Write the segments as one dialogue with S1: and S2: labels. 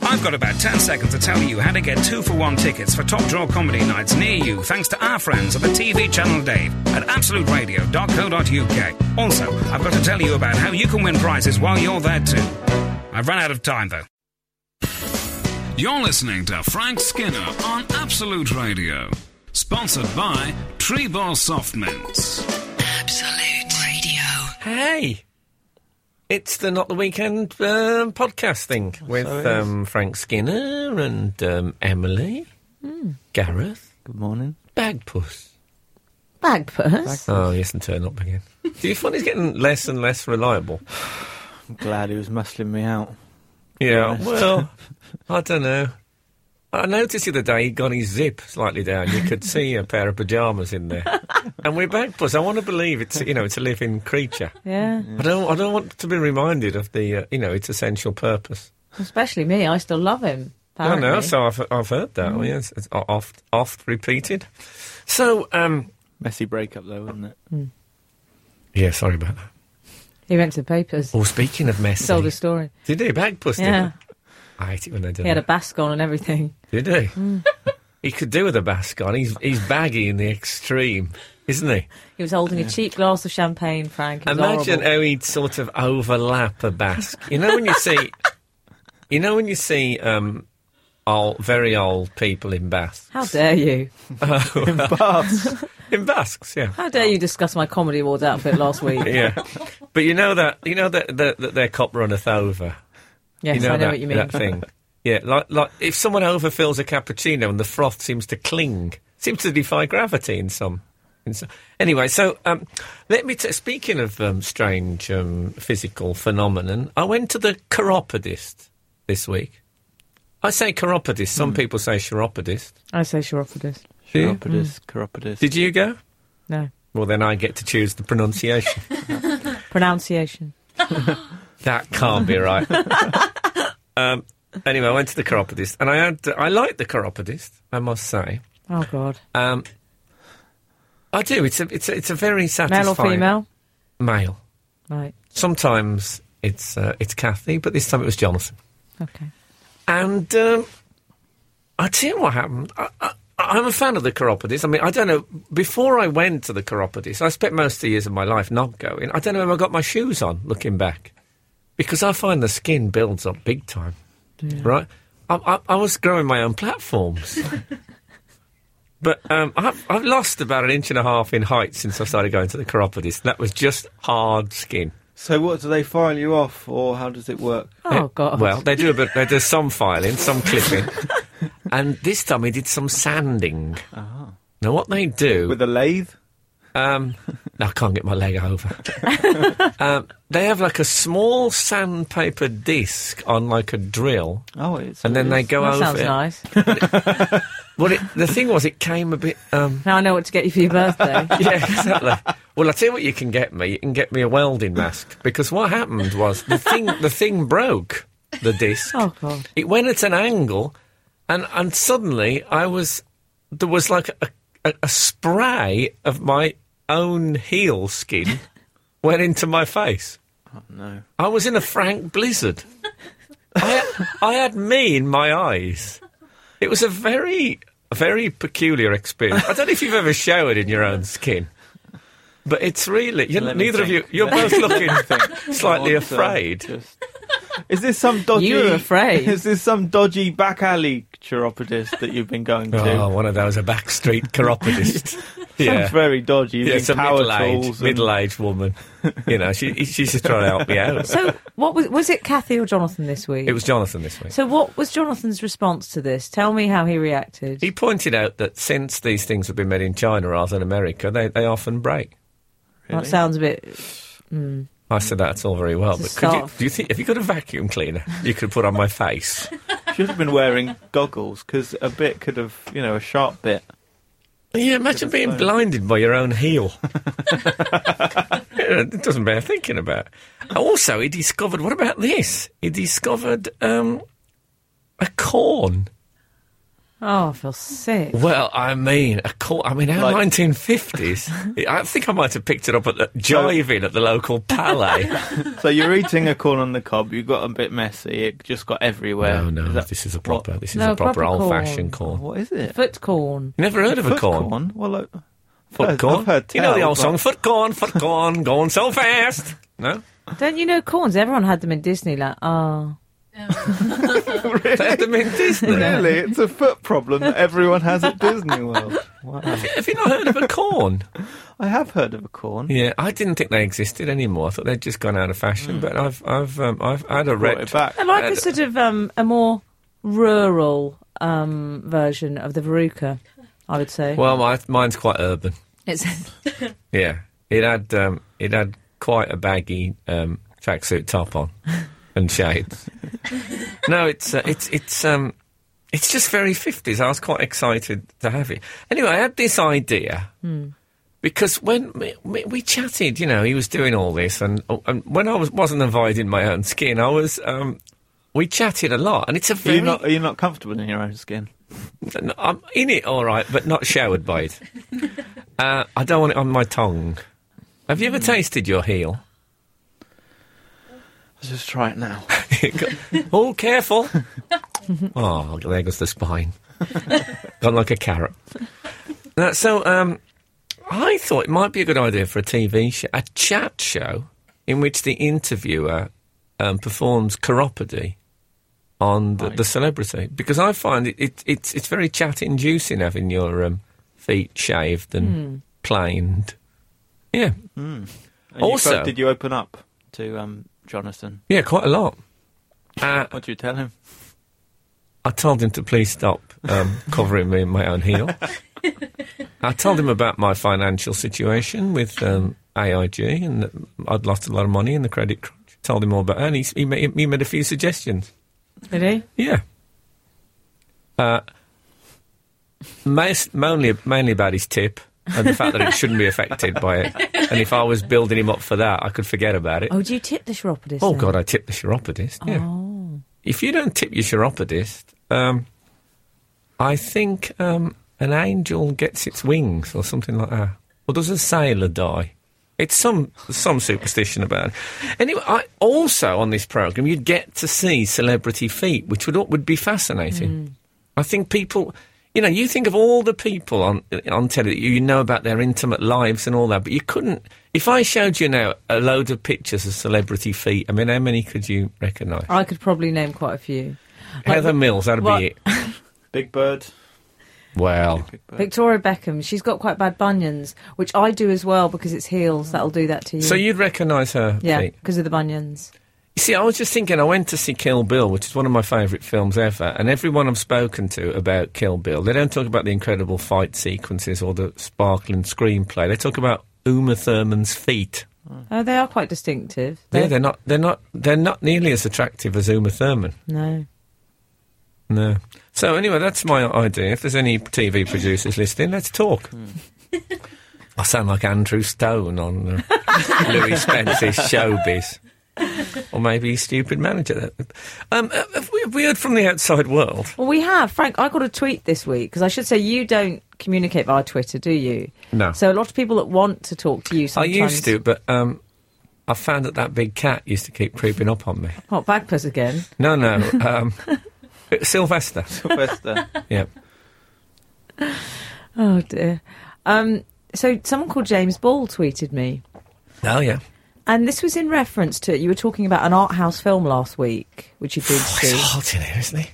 S1: I've got about 10 seconds to tell you how to get two for one tickets for top draw comedy nights near you thanks to our friends at the TV channel Dave at absoluteradio.co.uk. Also, I've got to tell you about how you can win prizes while you're there too. I've run out of time though. You're listening to Frank Skinner on Absolute Radio, sponsored by Treeball Soft Mints.
S2: Absolute Radio.
S3: Hey, it's the Not the Weekend um, podcast thing with um, Frank Skinner and um, Emily, Gareth,
S4: Good morning.
S3: Bagpuss.
S5: Bagpuss.
S3: Oh, yes, and turn up again. Do you find he's getting less and less reliable?
S4: I'm glad he was muscling me out.
S3: Yeah, well, I don't know. I noticed the other day he'd got his zip slightly down. You could see a pair of pyjamas in there. and we're Bagpuss. I want to believe it's, you know, it's a living creature.
S5: Yeah.
S3: I don't, I don't want to be reminded of the, uh, you know, its essential purpose.
S5: Mm-hmm. Especially me. I still love him. Apparently.
S3: I know, so I've, I've heard that.
S5: Mm.
S3: Oh, yes, it's o- oft, oft repeated. So, um,
S4: Messy breakup though, wasn't it?
S3: yeah, sorry about that.
S5: He went to the papers.
S3: Well, speaking of messy,
S5: Sold a story.
S3: Oh, did he bagpuss?
S5: Yeah.
S3: Yeah, I hate it when they do.
S5: He had Mm. a
S3: that.
S5: basque on and everything.
S3: did he? he could do with a basque on. He's he's baggy in the extreme, isn't he?
S5: He was holding a cheap glass of champagne, Frank. It was
S3: Imagine
S5: horrible.
S3: how he'd sort of overlap a basque. You know when you see, you know when you see um, old, very old people in Basque,
S5: How dare you?
S3: in Basques, yeah.
S5: How dare you discuss my comedy awards outfit last week?
S3: Yeah, but you know that you know that that, that their cop runneth over.
S5: yes,
S3: you know,
S5: I know
S3: that,
S5: what you mean.
S3: that thing. Yeah, like like if someone overfills a cappuccino and the froth seems to cling, seems to defy gravity in some. In some anyway, so um, let me. T- speaking of um, strange um, physical phenomenon, I went to the chiropodist this week. I say chiropodist.
S5: Hmm.
S3: Some people say chiropodist.
S5: I say chiropodist.
S3: Do you?
S4: Chiropodist, chiropodist.
S3: Hmm. Did you go?
S5: No.
S3: Well, then I get to choose the pronunciation.
S5: Pronunciation.
S3: That can't be right. um, anyway, I went to the chiropodist, and I had I like the chiropodist. I must say,
S5: Oh, God.
S3: um, I do. It's a it's a, it's a very satisfying
S5: Male or female?
S3: Male.
S5: Right.
S3: Sometimes it's uh, it's Kathy, but this time it was Jonathan.
S5: Okay.
S3: And um, I tell you what happened. I, I, I'm a fan of the chiropodist. I mean, I don't know. Before I went to the chiropodist, I spent most of the years of my life not going. I don't know if I got my shoes on looking back because I find the skin builds up big time. Right? I, I, I was growing my own platforms. But um, I've, I've lost about an inch and a half in height since I started going to the chiropodist. That was just hard skin.
S4: So what do they file you off, or how does it work?
S5: Oh,
S3: Uh,
S5: God.
S3: Well, they do a bit. They do some filing, some clipping, and this time he did some sanding. Now what they do?
S4: With a lathe?
S3: um, no, I can't get my leg over. um, they have like a small sandpaper disc on like a drill,
S4: Oh, it's.
S3: and then they go
S5: that
S3: over.
S5: sounds
S3: it.
S5: nice.
S3: Well, it, the thing was, it came a bit. Um,
S5: Now I know what to get you for your birthday.
S3: yeah, exactly. Well, I tell you what, you can get me. You can get me a welding mask because what happened was the thing. The thing broke. The disc.
S5: Oh, God.
S3: it went at an angle, and and suddenly I was there was like a, a, a spray of my own heel skin went into my face.
S4: no.
S3: I was in a frank blizzard. I I had me in my eyes. It was a very very peculiar experience. I don't know if you've ever showered in your own skin. But it's really you,
S4: Let me
S3: neither of you.
S4: think.
S3: You're
S4: Let
S3: both
S4: me
S3: looking
S4: think.
S3: slightly
S4: I want to
S3: afraid.
S4: just- Is this some dodgy?
S5: You were afraid.
S4: Is this some dodgy back alley chiropodist that you've been going to?
S3: Oh, one of those a backstreet chiropodist.
S4: Sounds very dodgy. You've
S3: Yeah,
S4: been
S3: it's a
S4: power
S3: middle-aged,
S4: tools and-
S3: middle-aged woman. You know, she, she's just trying to help me out.
S5: So, what was was it Kathy or Jonathan this week?
S3: It was Jonathan this week.
S5: So, what was Jonathan's response to this? Tell me how he reacted.
S3: He pointed out that since these things have been made in China rather than America, they, they often break.
S5: That sounds a bit.
S3: I said that's all very well, but
S5: It's a
S3: could you,
S5: start.
S3: do you think have you got a vacuum cleaner you could put on my face?
S4: Should have been wearing goggles because a bit could have, you know, a sharp bit.
S3: Yeah, imagine being blinded by your own heel. it doesn't bear thinking about. Also, he discovered. What about this? He discovered um, a corn.
S5: Oh, I feel sick.
S3: Well, I mean, a cor- I mean, our
S4: Like-
S3: 1950s. I think I might have picked it up at the, jiving at the local palais.
S4: So you're eating a corn on the cob. You got a bit messy. It just got everywhere.
S3: no, no,
S4: Is that-
S3: this is a proper, this is
S5: No,
S3: a proper,
S5: proper corn.
S3: old-fashioned corn.
S4: What is it?
S5: Foot corn.
S3: You never heard of a
S4: Foot
S3: corn?
S4: Well, I- I've
S3: Foot
S4: heard-
S3: corn.
S4: I've heard
S3: you know the
S4: tell,
S3: old
S4: but-
S3: song, foot corn, foot corn, going so fast. No,
S5: Don't you know corns? Everyone had them in Disneyland. Oh.
S3: they had them in Disney.
S4: Really, it's a foot problem that everyone has at Disney World. Wow.
S3: Have you not heard of a corn?
S4: I have heard of a corn.
S3: Yeah, Mm. I didn't think they existed anymore. I thought they'd just gone out of fashion. But I've, I've, um, I've had a
S4: Brought
S3: red.
S4: it back.
S5: I like a
S3: And-
S5: sort of um, a more rural um, version of the veruca, I would say.
S3: Well, my, mine's quite urban.
S5: it's
S3: Yeah, it had, um, it had quite a baggy um, tracksuit top on and shades. no, it's, uh, it's, it's, um, it's just very fifties. I was quite excited to have it. Anyway, I had this idea.
S5: Hmm.
S3: Because when we, we- we chatted, you know, he was doing all this, and, oh, and when I was, wasn't invited in my own skin, I was. Um, we chatted a lot, and it's a
S4: Are
S3: very.
S4: you not? Are you not comfortable in your own skin?
S3: No, I'm in it all right, but not showered by it. Uh, I don't want it on my tongue. Have you ever tasted your heel?
S4: Let's just try it now.
S3: oh, careful. oh, there goes the spine. Gone like a carrot. Now, so, um, I thought it might be a good idea for a TV show, a chat show, in which the interviewer um, performs chiropody on the, the celebrity. Because I find it, it, it's, it's very chat inducing having your um, feet shaved and planed. Yeah.
S4: And you
S3: Also-
S4: felt- did you open up to um, Jonathan?
S3: Yeah, quite a lot. Uh,
S4: What did you tell him?
S3: I told him to please stop um, covering me in my own heel. I told him about my financial situation with um, AIG and that I'd lost a lot of money in the credit crunch. Told him all about it, and he, s- he, made, he made a few suggestions.
S5: really?
S3: Yeah. Uh, most, mainly, mainly about his tip and the fact that it shouldn't be affected by it. And if I was building him up for that, I could forget about it.
S5: Oh, do you tip the chiropodist?
S3: Oh
S5: then?
S3: God, I tipped the chiropodist. Yeah. If you don't tip your chiropodist, um, I think um, an angel gets its wings or something like that. Or does a sailor die? It's some some superstition about. It. Anyway, I, also on this program, you'd get to see celebrity feet, which would would be fascinating. I think people, you know, you think of all the people on on telly that you know about their intimate lives and all that, but you couldn't. If I showed you now a load of pictures of celebrity feet, I mean, how many could you recognise?
S5: I could probably name quite a few.
S3: Heather Mills, that'd
S5: what-
S3: be it.
S4: Big Bird.
S3: Well,
S4: Big Bird.
S5: Victoria Beckham, she's got quite bad bunions, which I do as well because it's heels. That'll do that to you.
S3: so you'd recognise her
S5: yeah,
S3: feet.
S5: because of the bunions.
S3: You see, I was just thinking, I went to see Kill Bill, which is one of my favourite films ever, and everyone I've spoken to about Kill Bill, they don't talk about the incredible fight sequences or the sparkling screenplay. They talk about Uma Thurman's feet.
S5: Oh, they are quite distinctive.
S3: Yeah, they're not. They're not. They're not nearly as attractive as Uma Thurman.
S5: No.
S3: No. So anyway, that's my idea. If there's any TV producers listening, let's talk.
S5: Hmm.
S3: I sound like Andrew Stone on uh, Louis Spence's Showbiz, or maybe he's stupid manager. Um, uh, have, we, have we heard from the outside world?
S5: Well, we have. Frank, I got a tweet this week because I should say you don't communicate via Twitter, do you?
S3: No.
S5: So a lot of people that want to talk to you sometimes.
S3: I used to, but um, I found that that big cat used to keep creeping up on me.
S5: Not Bagpuss again.
S3: No, no. Um, Sylvester.
S4: Sylvester.
S3: Yeah.
S5: Oh, dear. Um, so someone called James Ball tweeted me.
S3: Oh yeah.
S5: And this was in reference to you were talking about an art house film last week, which you did
S3: It's
S5: see.
S3: hot in here, isn't it?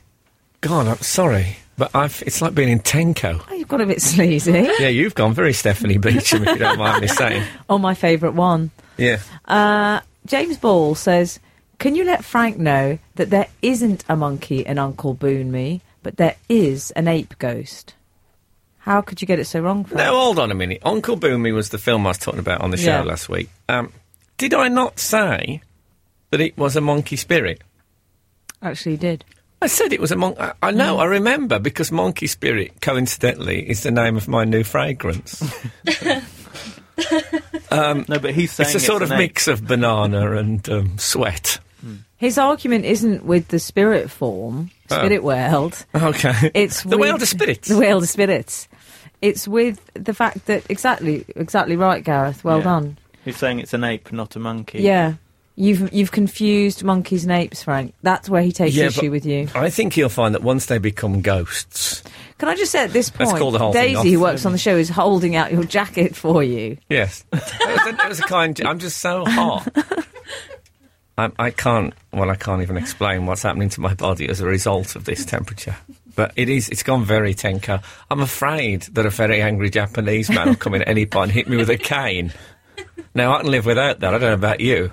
S3: God, I'm sorry, but I've, it's like being in Tenko.
S5: Oh, you've got a bit sleazy.
S3: Yeah, you've gone very Stephanie Beecham, if you don't mind me saying.
S5: oh, my favourite one.
S3: Yeah.
S5: Uh, James Ball says, "Can you let Frank know that there isn't a monkey in Uncle Boon Me, but there is an ape ghost? How could you get it so wrong, Frank?
S3: Now, hold on a minute. Uncle Boomy was the film I was talking about on the show
S5: Yeah.
S3: last week. Um, did I not say that it was a monkey spirit?
S5: Actually, he did.
S3: I said it was a monkey. I know, I remember, because monkey spirit, coincidentally, is the name of my new fragrance.
S4: no, but he's saying
S3: it's a sort of
S4: an ape.
S3: mix of banana and um, sweat.
S5: His argument isn't with the spirit form. Spirit World.
S3: Okay.
S5: It's
S3: the
S5: with-
S3: World of Spirits.
S5: The World of Spirits. It's with the fact that exactly, exactly right, Gareth. Well
S4: Yeah.
S5: done.
S4: He's saying it's an ape, not a monkey.
S5: Yeah, you've you've confused monkeys and apes, Frank. That's where he takes
S3: Yeah,
S5: issue
S3: but-
S5: with you.
S3: I think you'll find that once they become ghosts.
S5: Can I just say at this
S3: Let's
S5: point,
S3: call the whole thing
S5: Daisy,
S3: off.
S5: who works on the show, is holding out your jacket for you.
S3: Yes. it, was a, it was a kind. I'm just so hot. I, I can't. Well, I can't even explain what's happening to my body as a result of this temperature. But it is. It's gone very tenker. I'm afraid that a very angry Japanese man will come in at any point and hit me with a cane. Now I can live without that. I don't know about you.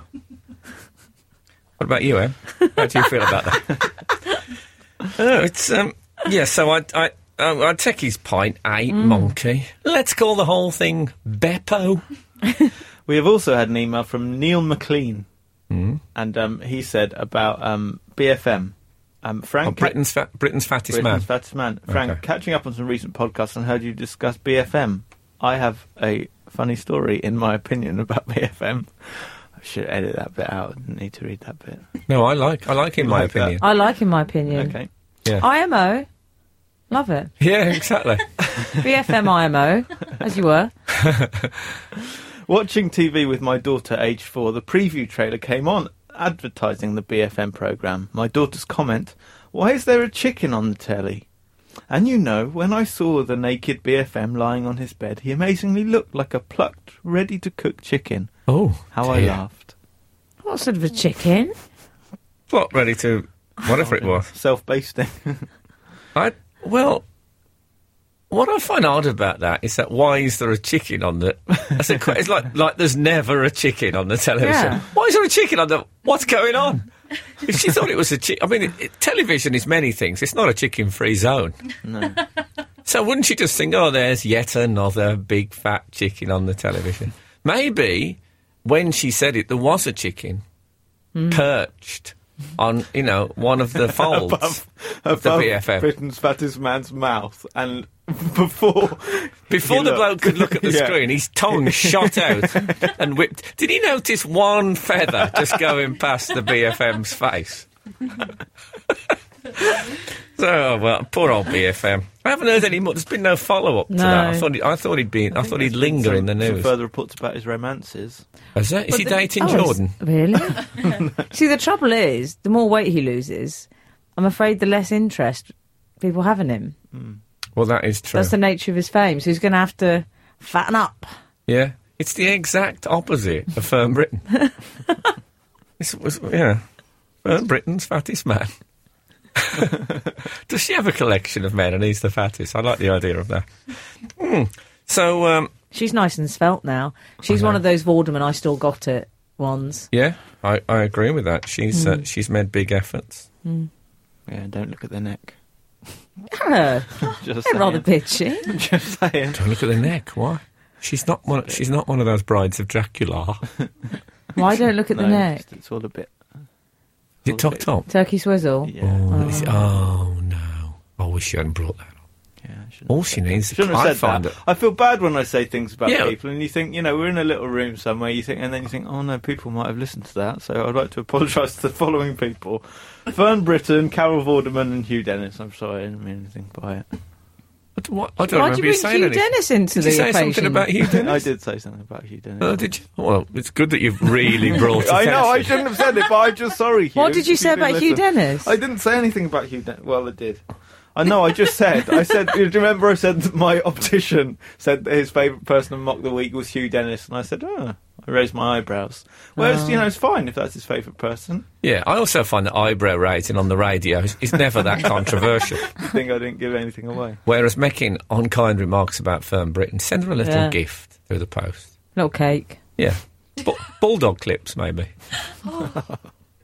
S3: What about you, Em? How do you feel about that? oh, it's um. Yeah. So I I. Um, I take his point, eight monkey. Let's call the whole thing Beppo.
S4: We have also had an email from Neil McLean,
S3: Hmm?
S4: and um, he said about um, BFM. Um, Frank,
S3: Oh, Britain's fa- Britain's fattest
S4: Britain's
S3: man.
S4: fattest man. Frank,
S3: Okay.
S4: catching up on some recent podcasts and heard you discuss BFM. I have a funny story, in my opinion, about BFM. I should edit that bit out. I didn't need to read that bit.
S3: no, I like I like in my
S4: like that.
S3: opinion.
S5: I like, in my opinion,
S4: Okay.
S3: Yeah.
S5: IMO, love it.
S3: yeah, exactly.
S5: BFM IMO, as you were.
S4: Watching TV with my daughter, aged four, the preview trailer came on advertising the BFM programme. My daughter's comment, Why is there a chicken on the telly? And you know, when I saw the naked BFM lying on his bed, he amazingly looked like a plucked, ready to cook chicken.
S3: oh,
S4: How I
S3: dear.
S4: laughed.
S5: What sort of a chicken?
S3: What ready to whatever it was.
S4: Self basting.
S3: I well, what I find odd about that is that why is there a chicken on the? That's a, que- it's like like there's never a chicken on the television.
S5: Yeah.
S3: Why is there a chicken on the? What's going on? If she thought it was a chicken, I mean, it, it- television is many things. It's not a chicken-free zone.
S4: no.
S3: So wouldn't you just think, oh, there's yet another big fat chicken on the television? Maybe when she said it, there was a chicken
S4: Hmm.
S3: perched on, you know, one of the folds.
S4: Above,
S3: of the
S4: above
S3: BFM.
S4: Britain's fattest man's mouth. And before.
S3: Before
S4: you
S3: the
S4: look-
S3: bloke could look at the
S4: Yeah.
S3: screen, his tongue shot out and whipped. Did he notice one feather just going past the BFM's face? so oh, well, poor old BFM. I haven't heard any more. There's been no follow up to
S5: No.
S3: that. I thought he, I thought he'd be. I thought he'd linger in the
S4: Some
S3: news.
S4: further reports about his romances.
S3: Is, that, is he dating
S5: Oh,
S3: Jordan?
S5: is- Really? See, the trouble is, the more weight he loses, I'm afraid the less interest people have in him.
S3: Well, that is true.
S5: That's the nature of his fame. So he's going to have to fatten up.
S3: Yeah, it's the exact opposite of Firm Britain. this was yeah, Firm Britain's fattest man. Does she have a collection of men and he's the fattest? I like the idea of that. Hmm. So um,
S5: She's nice and svelt now. She's one of those Vorderman I still got it ones.
S3: yeah, I, I agree with that. She's uh, she's made big efforts.
S4: Yeah, don't look at the neck.
S5: Yeah,
S4: Just
S5: they're rather
S4: saying.
S5: bitchy.
S4: Just saying.
S3: Don't look at the neck. Why? She's not one. She's not one of those brides of Dracula.
S5: Why don't look at the
S4: No,
S5: neck?
S4: just- It's all a bit.
S3: Is it tucked up?
S5: Turkey swizzle.
S4: Yeah.
S3: Oh, is it- oh no! I wish you hadn't brought that. up.
S4: yeah I shouldn't
S3: All
S4: have
S3: she
S4: said
S3: needs.
S4: that. Shouldn't
S3: I
S4: have said
S3: find
S4: that.
S3: it-
S4: I feel bad when I say things about
S3: Yeah.
S4: people, and you think, you know, we're in a little room somewhere. You think, and then you think, oh no, people might have listened to that. So I'd like to apologise to the following people: Fern Britton, Carol Vorderman, and Hugh Dennis. I'm sorry, I didn't mean anything by it.
S3: What- what- I don't
S5: Why
S3: remember
S5: do you
S3: saying
S5: bring Hugh
S3: anything.
S5: Dennis into
S3: Did you
S5: the
S3: say
S5: equation?
S3: something about Hugh Dennis?
S4: I did say something about Hugh Dennis.
S3: Oh, did you? Well, it's good that you've really brought.
S4: I know I
S3: attention.
S4: shouldn't have said it, but I'm just sorry. Hugh,
S5: What did you
S4: if
S5: say
S4: didn't
S5: about Hugh
S4: listen.
S5: Dennis?
S4: I didn't say anything about Hugh Dennis. Well, I did. I know. I just said. I said. Do you remember? I said that my optician said that his favourite person in mock the week was Hugh Dennis, and I said, oh, I raised my eyebrows. Whereas
S5: Oh.
S4: you know, it's fine if that's his favourite person.
S3: Yeah, I also find that eyebrow raising on the radio is, is never that controversial.
S4: I think I didn't give anything away.
S3: Whereas making unkind remarks about firm Britain, send her a little
S5: Yeah.
S3: gift through the post.
S5: Little cake.
S3: Yeah, Bu- bulldog clips maybe.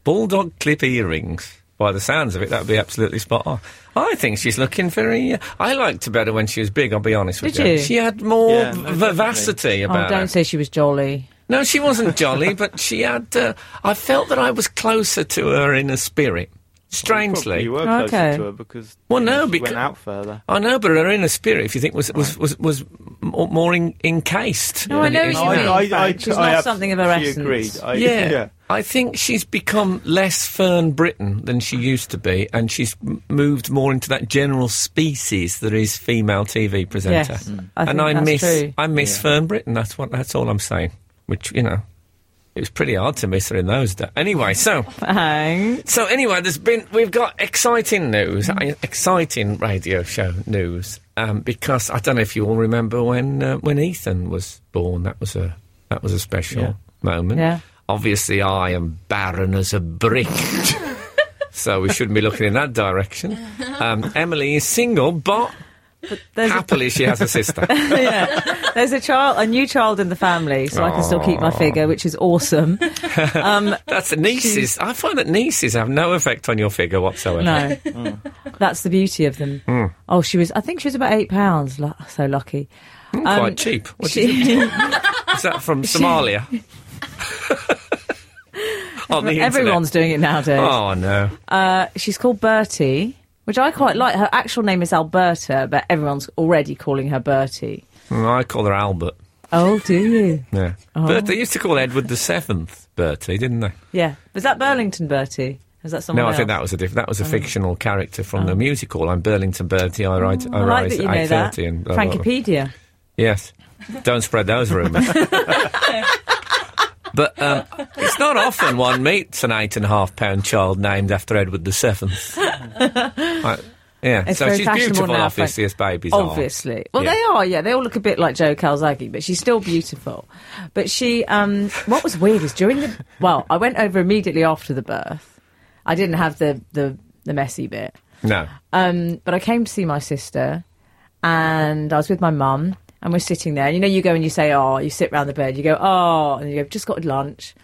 S3: bulldog clip earrings. By the sounds of it, that would be absolutely spot on. I think she's looking very. Uh, I liked her better when she was big. I'll be honest with
S5: Did you?
S3: She had more
S4: Yeah, no, definitely.
S3: vivacity
S5: Oh,
S3: about
S5: don't
S3: her.
S5: say she was jolly.
S3: No, she wasn't jolly, but she had. Uh, I felt that I was closer to her in a spirit.
S4: Probably
S3: Strangely,
S4: you were closer
S5: Okay.
S4: to her because
S3: Well,
S4: you know,
S3: no,
S4: she
S3: becau-
S4: went out further.
S3: I know, but her inner spirit, if you think, was was was was m- more en- encased.
S5: No, I
S3: than it
S5: know
S3: is
S5: what you
S3: now.
S5: mean. Frank. She's lost something of her
S4: she
S5: essence.
S4: agreed. I,
S3: Yeah.
S4: yeah.
S3: I think she's become less Fern Britain than she used to be, and she's m- moved more into that general species that is female TV presenter.
S5: Yes, Mm. I
S3: and
S5: think
S3: I
S5: that's
S3: miss,
S5: true.
S3: I miss
S4: Yeah.
S3: Fern Britain. That's what. That's all I'm saying. Which you know, it was pretty hard to miss her in those days. Anyway, so
S5: Thanks.
S3: so anyway, there's been we've got exciting news,
S5: Mm-hmm.
S3: uh, exciting radio show news. Um, because I don't know if you all remember when uh, when Ethan was born. That was a that was a special
S4: Yeah.
S3: moment.
S5: Yeah.
S3: Obviously, I am barren as a brick. So we shouldn't be looking in that direction. Um, Emily is single, but
S5: There's a,
S3: happily she has a sister.
S5: yeah. there's a child, a new child in the family, so I can still
S3: Oh.
S5: keep my figure, which is awesome.
S3: That's nieces. I find that nieces have no effect on your figure whatsoever.
S5: No,
S3: Hmm.
S5: that's the beauty of them. Oh, she was. I think she was about eight pounds. Lu- So lucky.
S3: Quite
S5: Um,
S3: cheap. What do you
S5: She-
S3: Is that from Somalia? On the internet.
S5: everyone's doing it nowadays.
S3: Oh no!
S5: Uh, she's called Bertie, which I quite like. Her actual name is Alberta, but everyone's already calling her Bertie.
S3: Mm, I call her Albert.
S5: Oh, do you?
S3: Yeah,
S5: Oh.
S3: but they used to call Edward the Seventh Bertie, didn't they?
S5: Yeah. Was that Burlington Bertie? Is that someone
S3: No, I
S5: else?
S3: think that was a diff- that
S5: Oh.
S3: was a fictional character from the musical. I'm Burlington Bertie. I write. I,
S5: I like
S3: rise
S5: that you
S3: at
S5: know
S3: eight
S5: that.
S3: thirty and blah, blah, blah.
S5: Frankipedia.
S3: Yes. Don't spread those rumours. but um, it's not often one meets an eight and a half pound child named after Edward the Seventh. I- yeah,
S5: It's
S3: so
S5: very
S3: she's
S5: fashionable
S3: beautiful,
S5: now,
S3: obviously,
S5: Frank.
S3: as babies
S5: Obviously. Well,
S3: Yeah.
S5: they are, yeah. They all look a bit like Joe Calzaghe, but she's still beautiful. But she, um, what was weird is during the, well, I went over immediately after the birth. I didn't have the, the, the messy bit.
S3: are. No.
S5: Um, but I came to see my sister, and I was with my mum, and we're sitting there. You know, you go and you say, "Oh," you sit round the bed, you go, "Oh," and you go, "Just got lunch,"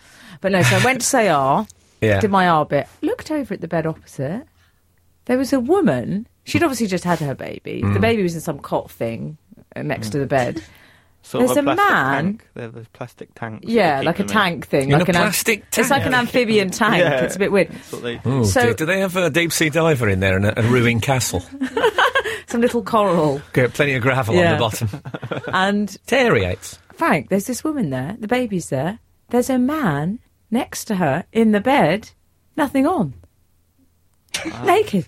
S5: but no. So I went to say, "Oh,"
S3: Yeah.
S5: did my "R" bit, looked over at the bed opposite. There was a woman. She'd
S3: Hmm.
S5: obviously just had her baby. The baby was in some cot thing uh, next to the
S3: Hmm.
S5: bed.
S4: Sort
S5: There's
S4: of a
S5: a
S4: plastic
S5: man-
S4: tank. They're the plastic tanks. that
S5: Yeah,
S4: they
S5: like a
S4: keep them in.
S5: tank thing,
S3: In
S5: like
S3: a
S5: an am-
S3: plastic
S5: It's like an
S3: tank.
S5: amphibian tank.
S4: Yeah.
S5: It's a bit weird.
S4: That's what they-
S3: Oh,
S5: so-
S3: do, do they have a deep sea diver in there and a, a ruined castle?
S5: Some little coral.
S3: Get plenty of gravel on
S5: Yeah.
S3: the bottom.
S5: And
S3: Terriates.
S5: Frank, there's this woman there, the baby's there, there's a man next to her in the bed, nothing on. Naked.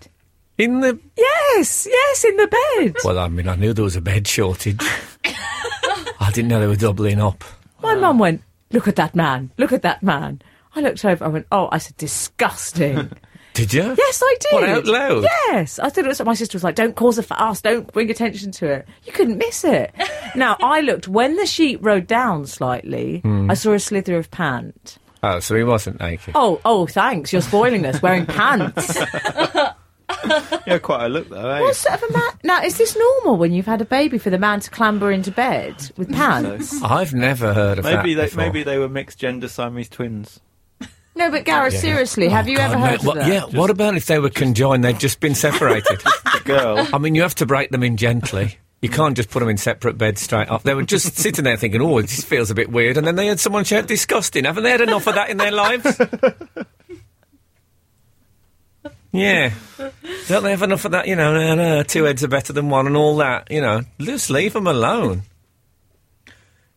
S3: In the.
S5: Yes, yes, in the bed.
S3: Well, I mean, I knew there was a bed shortage. I didn't know they were doubling up.
S5: My mum went, Look at that man, look at that man. I looked over, I went, Oh, I said, disgusting.
S3: Did you?
S5: yes, I did.
S3: What, out loud?
S5: Yes. I thought it was my sister was like, Don't cause a fuss, don't bring attention to it. You couldn't miss it. now, I looked, when the sheet rode down slightly,
S3: Hmm.
S5: I saw a slither of pant.
S3: Oh, so he wasn't naked.
S5: Oh, oh, thanks. You're spoiling us. Wearing pants.
S4: Yeah, quite a look though. Eh?
S5: What sort of a man? Now, is this normal when you've had a baby for the man to clamber into bed with pants?
S3: I've never heard of
S4: Maybe
S3: that.
S4: they
S3: before.
S4: maybe they were mixed gender Siamese twins.
S5: No, but Gareth, seriously, have
S3: Oh,
S5: you
S3: God,
S5: ever
S3: no.
S5: heard
S3: What-
S5: of that?
S3: Yeah, what about if they were conjoined? They'd just been separated.
S4: The girl.
S3: I mean, you have to break them in gently. You can't just put them in separate beds straight off. They were just sitting there thinking, oh, this feels a bit weird. And then they heard someone shout, disgusting. Haven't they had enough of that in their lives? yeah. Don't they have enough of that? You know, no, no, two heads are better than one and all that. You know, just leave them alone.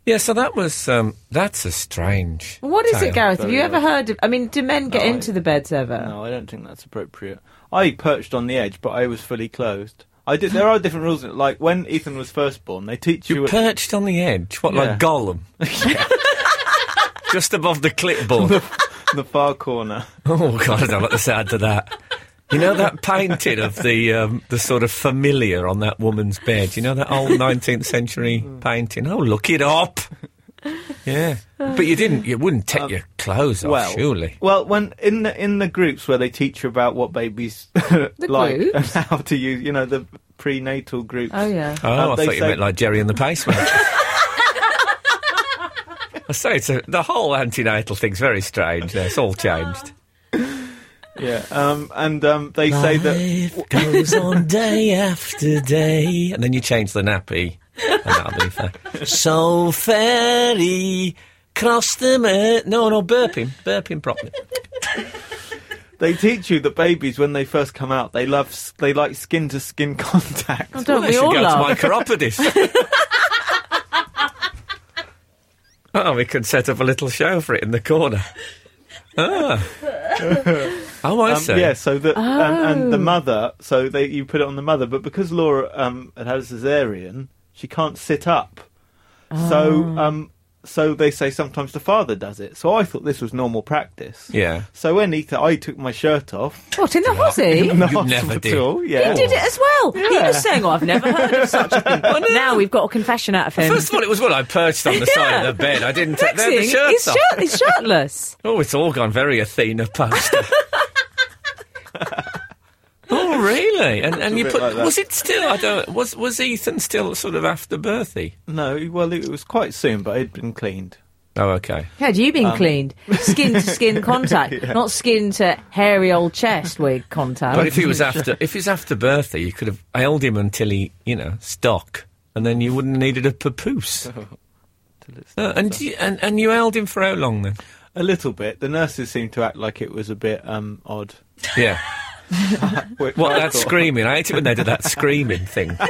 S3: Yeah, so that was, um, that's a strange.
S5: What is it,
S3: tale.
S5: Gareth? Have you
S4: Very
S5: ever heard of? I mean, do men get
S4: No, I-
S5: into the beds ever?
S4: No, I don't think that's appropriate. I perched on the edge, but I was fully closed. I did. There are different rules. Like when Ethan was first born, they teach you.
S3: You perched on the edge, what
S4: Yeah.
S3: like Gollum? Just above the clipboard.
S4: the far corner.
S3: oh God, I don't like the sound of that. You know that painting of the um, the sort of familiar on that woman's bed. You know that old nineteenth century painting. Oh, look it up. Yeah, but you didn't. You wouldn't take your clothes
S5: Oh,
S3: off,
S4: Uh, well,
S3: surely.
S4: Well, when in the in the groups where they teach you about what babies like and
S5: groups?
S4: how to use, you know, the prenatal groups.
S5: Oh yeah.
S3: Oh,
S4: um,
S3: I
S4: they
S3: thought you
S4: say-
S3: meant like Jerry and the Pacemaker. I say it's a, the whole antenatal thing's very strange. There, It's all changed.
S4: Yeah. Um, and um, they say that
S3: Life goes on day after day, and then you change the nappy, and that'll be fine. So ferry cross the mer- no, no, burping, burping properly.
S4: they teach you that babies when they first come out, they love s- they like skin to skin contact.
S5: Oh, don't
S3: Well,
S5: we
S3: should
S5: all
S3: go
S5: love?
S3: to my chiropodist. oh, we could set up a little show for it in the corner. Oh, I
S4: Um,
S3: see.
S4: yeah, so the and, and the mother, so they you put it on the mother, but because Laura um, had had a cesarean, she can't sit up. So um, so they say sometimes the father does it. So I thought this was normal practice.
S3: Yeah.
S4: So when he, I took my shirt off,
S5: What, in the hottie?
S4: in the
S3: You never did.
S4: hospital,
S5: He
S4: yeah,
S5: did it as well. He
S4: Yeah.
S5: was saying, oh, I've never heard of such a thing. now we've got a confession out of him.
S3: First of all, it was what I perched on the side
S5: Yeah.
S3: of the bed. I didn't take
S5: Flexing,
S3: the
S5: he's,
S3: shirts off.
S5: shirt, he's shirtless.
S3: Oh, it's all gone very Athena poster. oh, really? And and you
S4: bit
S3: put
S4: like that.
S3: was it still? I don't. Was was Ethan still sort of after birthy?
S4: No, well, it was quite soon, but it'd been cleaned.
S3: Oh, okay.
S5: Had you
S4: Um,
S5: been cleaned? Skin to skin contact, not skin to hairy old chest wig contact.
S3: But if he was after if he's after birthday, you could have held him until he you know stock, and then you wouldn't have needed a papoose.
S4: Oh, Till it's-
S3: Uh, and, you, and and you held him for how long then?
S4: A little bit. The nurses seemed to act like it was a bit um, odd.
S3: Yeah.
S4: Which
S3: What
S4: I
S3: that
S4: thought-
S3: screaming? I hate it when they do that screaming thing.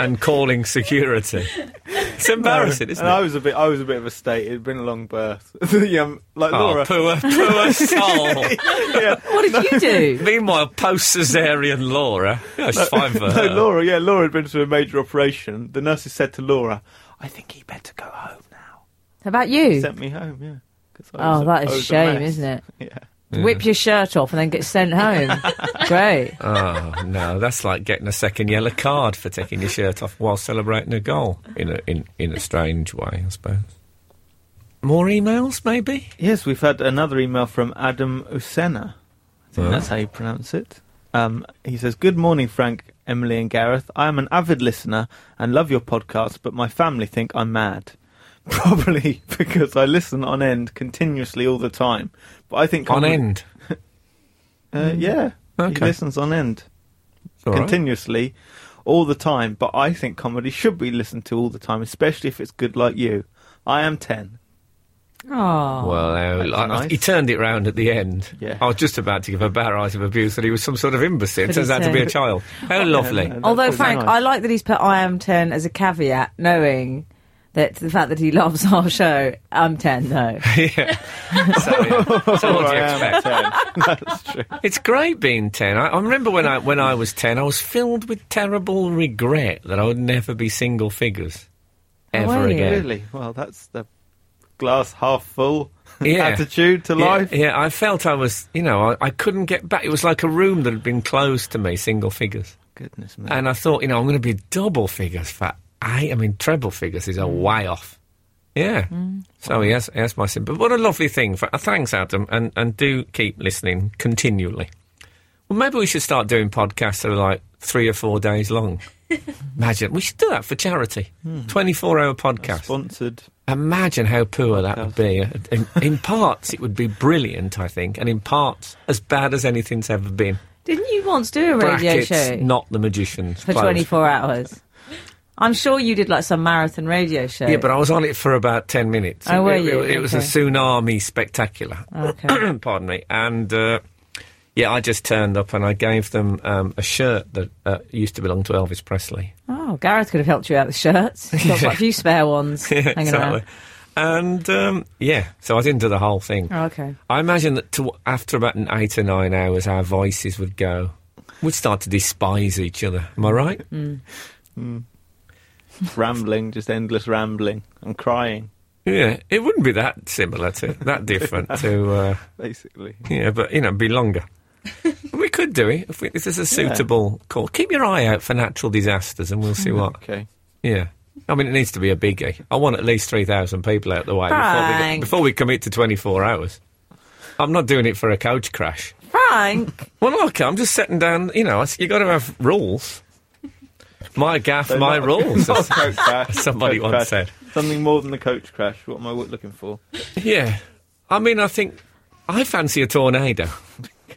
S3: And calling security. It's embarrassing, isn't
S4: and I
S3: it?
S4: was a bit, I was a bit of a state. It'd been a long birth. The, um, like
S3: Oh,
S4: Laura,
S3: poor, poor soul.
S5: what did you do?
S3: Meanwhile, post cesarean Laura. Yeah, she's fine for
S4: no,
S3: her.
S4: Laura, yeah, Laura had been through a major operation. The nurses said to Laura, "I think he better go home now."
S5: How about you?
S4: Sent me home, yeah. 'Cause I
S5: Oh,
S4: was a-
S5: that
S4: I
S5: is
S4: was a
S5: shame,
S4: mess.
S5: isn't it?
S4: Yeah.
S5: Whip your shirt off and then get sent home. Great.
S3: Oh no, that's like getting a second yellow card for taking your shirt off while celebrating a goal in a in, in a strange way, I suppose. More emails, maybe.
S4: Yes, we've had another email from Adam Usena. I think
S3: Huh?
S4: that's how you pronounce it. Um, he says, Good morning, Frank, Emily, and Gareth. I am an avid listener and love your podcast, but my family think I'm mad. Probably because I listen on end continuously all the time. But I think
S3: On
S4: I'm-
S3: end.
S4: Uh, yeah. He
S3: Okay.
S4: listens on end
S3: All right.
S4: continuously all the time, but I think comedy should be listened to all the time, especially if it's good like you. I am 10.
S5: Oh.
S3: Well, uh,
S4: That's
S3: I- I-
S4: nice.
S3: he turned it round at the end.
S4: Yeah.
S3: I was just about to give a barrage of abuse that he was some sort of imbecile.
S5: But
S3: Turns
S5: he
S3: out to be a
S5: said-
S3: child. How lovely.
S4: no, no.
S5: Although,
S4: that's
S5: Frank,
S4: nice.
S5: I like that he's put I am 10 as a caveat, knowing that the fact that he loves our show, I'm 10 though.
S3: yeah. So, yeah. So what do you
S4: I am
S3: expect?
S4: 10. That's true.
S3: It's great being ten. I, I remember when I when I was ten, I was filled with terrible regret that I would never be single figures ever
S5: were you?
S3: again.
S4: Really? Well, that's the glass half full
S3: Yeah.
S4: attitude to
S3: Yeah,
S4: life.
S3: Yeah, I felt I was, you know, I, I couldn't get back. It was like a room that had been closed to me, single figures.
S4: Goodness me.
S3: And I thought, you know, I'm going to be double figures for I. I mean, treble figures
S5: Mm.
S3: is a way off. Yeah. So yes, yes, my sin. But what a lovely thing. For, uh, thanks, Adam, and and do keep listening continually. Well, maybe we should start doing podcasts that are like three or four days long. Imagine we should do that for charity.
S5: Hmm.
S3: Twenty-four hour podcast.
S4: Sponsored.
S3: Imagine how poor that would be. In, in parts, it would be brilliant, I think, and in parts, as bad as anything's ever been.
S5: Didn't you once do a radio
S3: Brackets,
S5: show
S3: not the magicians.
S5: for
S3: close.
S5: 24 hours? I'm sure you did like some marathon radio show.
S3: Yeah, but I was on it for about 10 minutes.
S5: Oh, were
S3: It-
S5: you?
S3: It, it was a
S5: Okay. Oh,
S3: tsunami spectacular.
S5: Okay.
S3: Pardon me. And uh, yeah, I just turned up and I gave them um, a shirt that uh, used to belong to Elvis Presley.
S5: Oh, Gareth could have helped you out with shirts. He's got quite a few spare ones hanging around.
S3: And um, yeah, so I didn't do the whole thing.
S5: Oh, okay.
S3: I imagine that to, after about an eight or nine hours, our voices would go. We'd start to despise each other. Am I right?
S5: Mm.
S4: rambling, just endless rambling and crying,
S3: Yeah, it wouldn't be that similar to that different to. Uh,
S4: basically.
S3: Yeah, but you know, be longer. we could do it if, we, if there's a suitable call. Keep your eye out for natural disasters, and we'll see what.
S4: Okay.
S3: Yeah, I mean, it needs to be a biggie. I want at least three thousand people out the way before we, get-
S5: Frank.
S3: before we commit to twenty four hours. I'm not doing it for a coach crash.
S5: Frank,
S3: Well, okay, I'm just setting down. You know, you got to have rules. My gaff,
S4: So
S3: my
S4: not-
S3: rules.
S4: not a coach crash,
S3: somebody
S4: coach
S3: once
S4: crash.
S3: said.
S4: Something more than the coach crash. What am I looking for?
S3: yeah, I mean, I think I fancy a tornado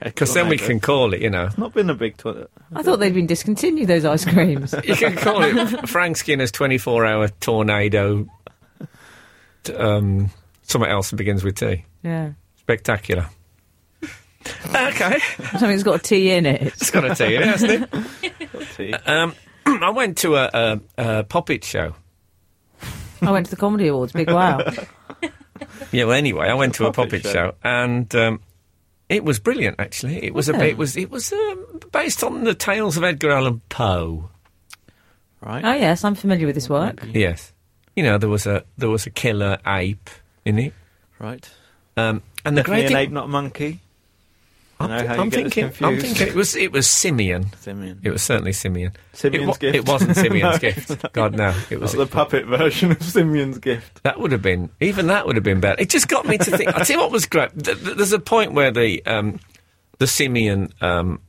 S3: because then we can call it. You know,
S4: Not been a big toilet.
S5: I thought they'd been discontinued, those ice creams.
S3: You can call it Frank Skinner's 24 hour tornado. t- Um, something else that begins with T.
S5: Yeah.
S3: Spectacular. okay.
S5: Something's got a T in it.
S3: It's got a T in it, hasn't it?
S4: tea.
S3: Um, I went to a, a, a puppet show.
S5: I went to the Comedy Awards, big wow.
S3: Yeah. Well, anyway, I went to a puppet
S4: puppet show.
S3: show, and um, it was brilliant. Actually, it was a
S5: Was it?
S3: bit. It was it was um, based on the tales of Edgar Allan Poe.
S4: Right.
S5: Oh yes, I'm familiar with this work.
S3: Yes. You know there was a there was a killer ape in it,
S4: Right.
S3: um, and the great
S4: Definitely an
S3: thing-
S4: ape, not a monkey. I know
S3: I'm,
S4: how you
S3: I'm
S4: get us
S3: thinking. I'm
S4: confused.
S3: thinking it was it was Simeon.
S4: Simeon.
S3: It was certainly Simeon.
S4: Simeon's
S3: it, wa-
S4: gift.
S3: It wasn't Simeon's
S4: No,
S3: gift. God no, it
S4: Not
S3: was
S4: the puppet version of Simeon's gift.
S3: That would have been even that would have been better. It just got me to think. I tell you what was great. Th- th- there's a point where the um, the simian, um,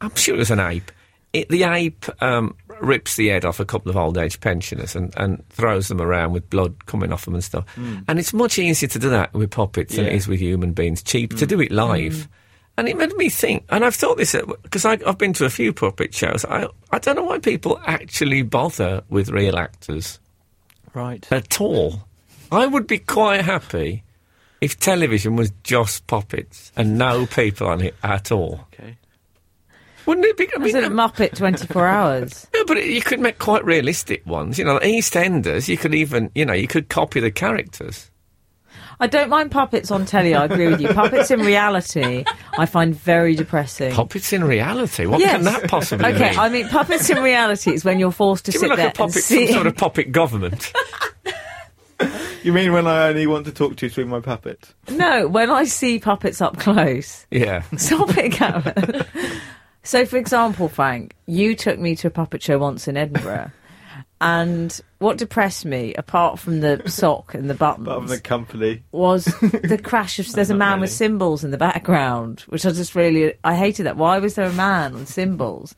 S3: I'm sure it was an ape. It, the ape um, rips the head off a couple of old age pensioners and, and throws them around with blood coming off them and stuff. And it's much easier to do that with puppets than it
S4: Yeah.
S3: is with human beings. Cheap to do it live. And it made me think, and I've thought this because I've been to a few puppet shows. I I don't know why people actually bother with real actors
S4: Right.
S3: at all. I would be quite happy if television was just puppets and no people on it at all.
S4: Okay.
S3: Wouldn't it be? I mean,
S5: Wasn't
S3: um,
S5: Muppet 24 Hours?
S3: no, but it, you could make quite realistic ones. You know, like EastEnders. You could even, you know, you could copy the characters.
S5: I don't mind puppets on telly. I agree with you. Puppets in reality, I find very depressing.
S3: Puppets in reality. What
S5: Yes.
S3: can that possibly
S5: okay,
S3: mean?
S5: I mean puppets in reality is when you're forced to
S3: Do you
S5: sit
S3: mean like
S5: there
S3: a puppet,
S5: and
S3: some
S5: see.
S3: sort of puppet government?
S4: You mean when I only want to talk to you through my puppet?
S5: No, when I see puppets up close,
S3: yeah.
S5: stop it, Gavin. so, for example, Frank, you took me to a puppet show once in Edinburgh. And what depressed me, apart from the sock and the buttons,
S4: But of the company.
S5: was the crash of there's a
S4: Not
S5: man with
S4: really.
S5: cymbals in the background, which I just really I hated that. Why was there a man on cymbals?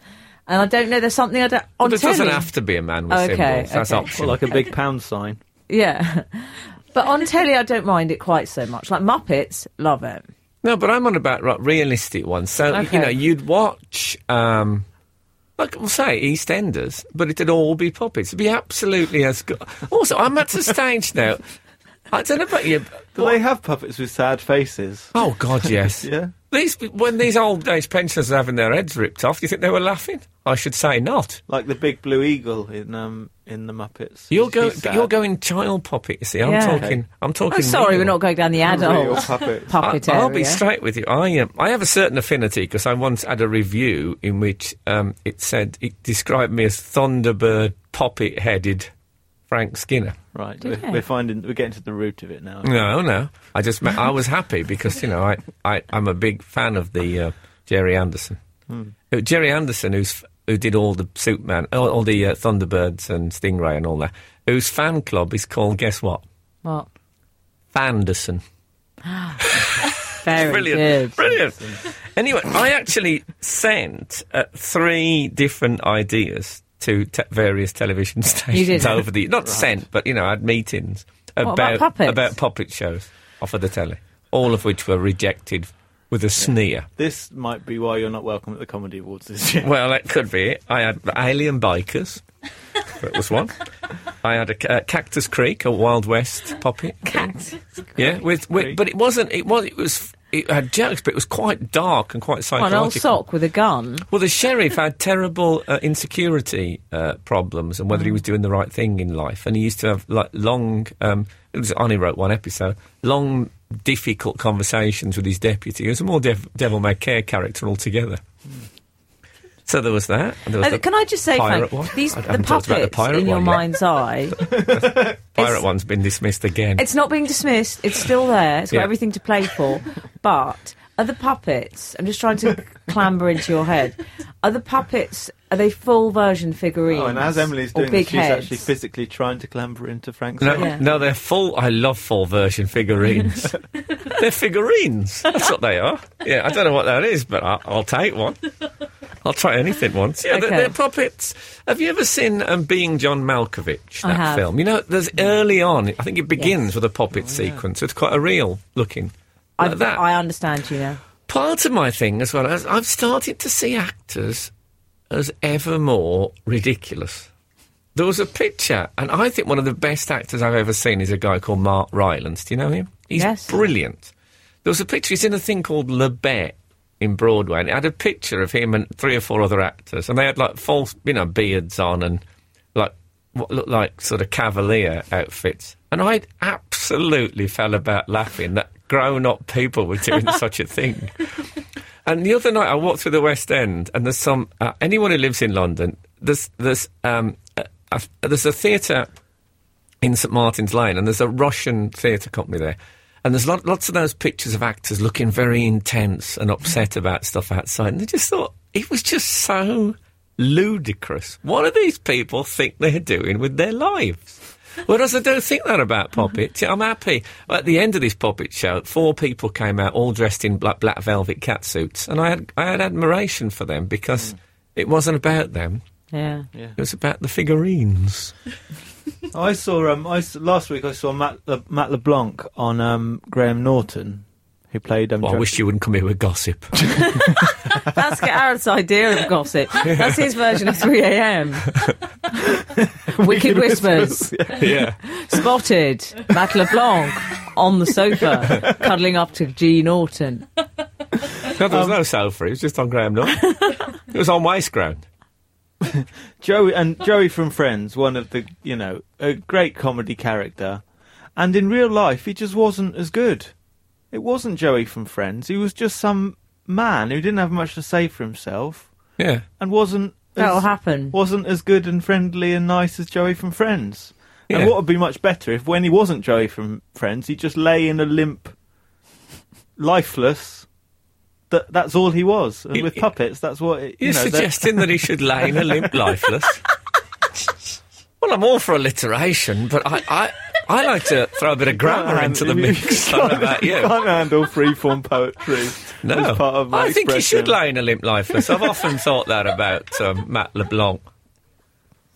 S5: And I don't know. There's something I don't on
S3: But it doesn't
S5: telly-
S3: have to be a man with
S5: Okay,
S3: symbols. That's
S5: okay.
S3: optional.
S4: like a big pound sign.
S5: Yeah, but on telly I don't mind it quite so much. Like Muppets, love it.
S3: No, but I'm on about right, realistic ones. So
S5: Okay.
S3: you know, you'd watch, um, like we'll say EastEnders, but it'd all be puppets. It'd be absolutely as good. Also, I'm at the stage now. I don't know about you.
S4: Do they have puppets with sad faces?
S3: Oh God, yes.
S4: Yeah.
S3: These when these old age pensioners are having their heads ripped off, do you think they were laughing? I should say not.
S4: Like the big blue eagle in um in the Muppets.
S3: You're going,
S4: She's sad.
S3: you're going child puppet. You see, I'm
S5: Yeah.
S3: talking, I'm talking.
S5: I'm Oh, sorry,
S3: real.
S5: we're not going down the
S4: Real
S5: adult
S4: puppets.
S5: puppet
S3: I,
S5: area.
S3: will be straight with you. I um, I have a certain affinity because I once had a review in which um, it said it described me as Thunderbird poppet headed Frank Skinner.
S4: Right.
S5: Do
S4: We're,
S5: they?
S4: we're finding we're getting to the root of it now.
S3: No, no. I just ma- I was happy because you know I, I I'm a big fan of the uh, Jerry Anderson. Uh, Jerry Anderson, who's f- who did all the Superman, all, all the uh, Thunderbirds and Stingray and all that. Whose fan club is called guess what?
S5: Well,
S3: Fanderson.
S5: very
S3: Brilliant.
S5: good.
S3: Brilliant. Anyway, I actually sent uh, three different ideas to te- various television
S5: You
S3: stations
S5: did?
S3: over the not sent, but you know, I had meetings
S5: about
S3: about
S5: puppets?
S3: about puppet shows off of the telly, all of which were rejected with a sneer.
S4: This might be why you're not welcome at the comedy awards this year.
S3: Well, that could be it. I had Alien Bikers. That was one. I had a ca- uh, Cactus Creek, a Wild West puppet.
S5: Cactus.
S3: Yeah, with, with
S4: Creek.
S3: but it wasn't. It was. It was. It had jokes, but it was quite dark and quite
S5: Oh, An
S3: psychological.
S5: old sock with a gun.
S3: Well, the sheriff had terrible uh, insecurity uh, problems and whether he was
S5: Mm.
S3: doing the right thing in life. And he used to have like long. Um, it was only wrote one episode. Long, difficult conversations with his deputy. He was a more dev- devil may care character altogether. So there was that. and there was
S5: Uh,
S3: the
S5: can I just say,
S3: pirate
S5: Frank,
S3: one.
S5: these
S3: I
S5: the
S3: haven't talked
S5: puppets
S3: about the pirate
S5: in your
S3: one yet.
S5: mind's eye.
S3: pirate one's been dismissed again.
S5: It's not being dismissed. It's still there. It's got
S3: Yeah.
S5: everything to play for. But are the puppets? I'm just trying to clamber into your head. Are the puppets? Are they full version figurines?
S4: Oh, and as Emily's
S5: or
S4: doing
S5: big
S4: this, she's
S5: heads?
S4: actually physically trying to clamber into Frank's.
S3: No,
S4: head.
S5: Yeah.
S3: no, they're full. I love full version figurines. they're figurines. That's what they are. Yeah, I don't know what that is, but I'll, I'll take one. I'll try anything once. Yeah, they're,
S5: Okay.
S3: they're puppets. Have you ever seen um, Being John Malkovich?
S5: I
S3: That
S5: have. Mm.
S3: film. You know, there's early on. I think it begins
S5: Yes. Oh,
S3: with a puppet sequence. It's quite a real looking.
S5: I,
S3: Like that
S5: I understand you now.
S3: part of my thing as well as I've started to see actors as ever more ridiculous. There was a picture, and I think one of the best actors I've ever seen is a guy called Mark Rylance. Do you know him? He's
S5: Yes.
S3: brilliant. There was a picture, he's in a thing called Le Bet in Broadway, and it had a picture of him and three or four other actors, and they had like false, you know, beards on and like what looked like sort of cavalier outfits. And I absolutely absolutely fell about laughing that grown up people were doing such a thing. And the other night I walked through the West End and there's some, uh, anyone who lives in London, there's, there's, um, a, a, there's a theatre in St Martin's Lane and there's a Russian theatre company there. And there's lot, lots of those pictures of actors looking very intense and upset about stuff outside. And I just thought it was just so ludicrous. What do these people think they're doing with their lives? Whereas I don't think that about puppets. I'm happy. At the end of this puppet show, four people came out all dressed in black, black velvet cat suits, and I had I had admiration for them because it wasn't about them.
S5: Yeah.
S4: Yeah.
S3: It was about the figurines.
S4: I saw um I s- last week I saw Matt Le- Matt LeBlanc on um Graham Norton, who played um.
S3: Well, I
S4: Jack-
S3: wish you wouldn't come here with gossip.
S5: That's Gareth's idea of gossip. That's his version of 3 a.m. Wicked Whispers.
S3: yeah.
S5: Spotted. Matt LeBlanc on the sofa, cuddling up to Gene Norton.
S3: No, there was no sofa. It was just on Graham Norton. it was on waste ground.
S4: Joey and Joey from Friends, one of the you know a great comedy character, and in real life he just wasn't as good. It wasn't Joey from Friends. He was just some man who didn't have much to say for himself
S3: Yeah.
S4: and wasn't.
S5: That'll
S4: as-
S5: happen.
S4: Wasn't as good and friendly and nice as Joey from Friends.
S3: Yeah.
S4: And what would be much better if, when he wasn't Joey from Friends, he just lay in a limp, lifeless. That that's all he was. And
S3: You-
S4: with puppets, that's what it, you
S3: You're
S4: know. they're-
S3: suggesting that he should lay in a limp lifeless? well, I'm all for alliteration, but I, I, I like to throw a bit of grammar
S4: Can't
S3: into the
S4: handle-
S3: mix. I don't know about you.
S4: can't handle freeform poetry.
S3: No,
S4: as part of my
S3: I think he should
S4: expression.
S3: lay in a limp lifeless. I've often thought that about um, Matt LeBlanc.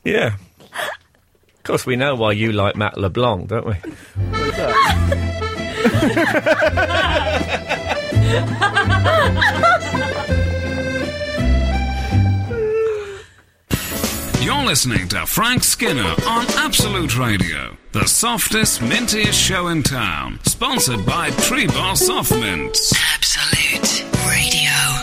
S3: Yeah. Of course, we know why you like Matt LeBlanc, don't we?
S1: You're listening to Frank Skinner on Absolute Radio, the softest, mintiest show in town. Sponsored by Tree Bar Soft Mints.
S2: Absolute Radio.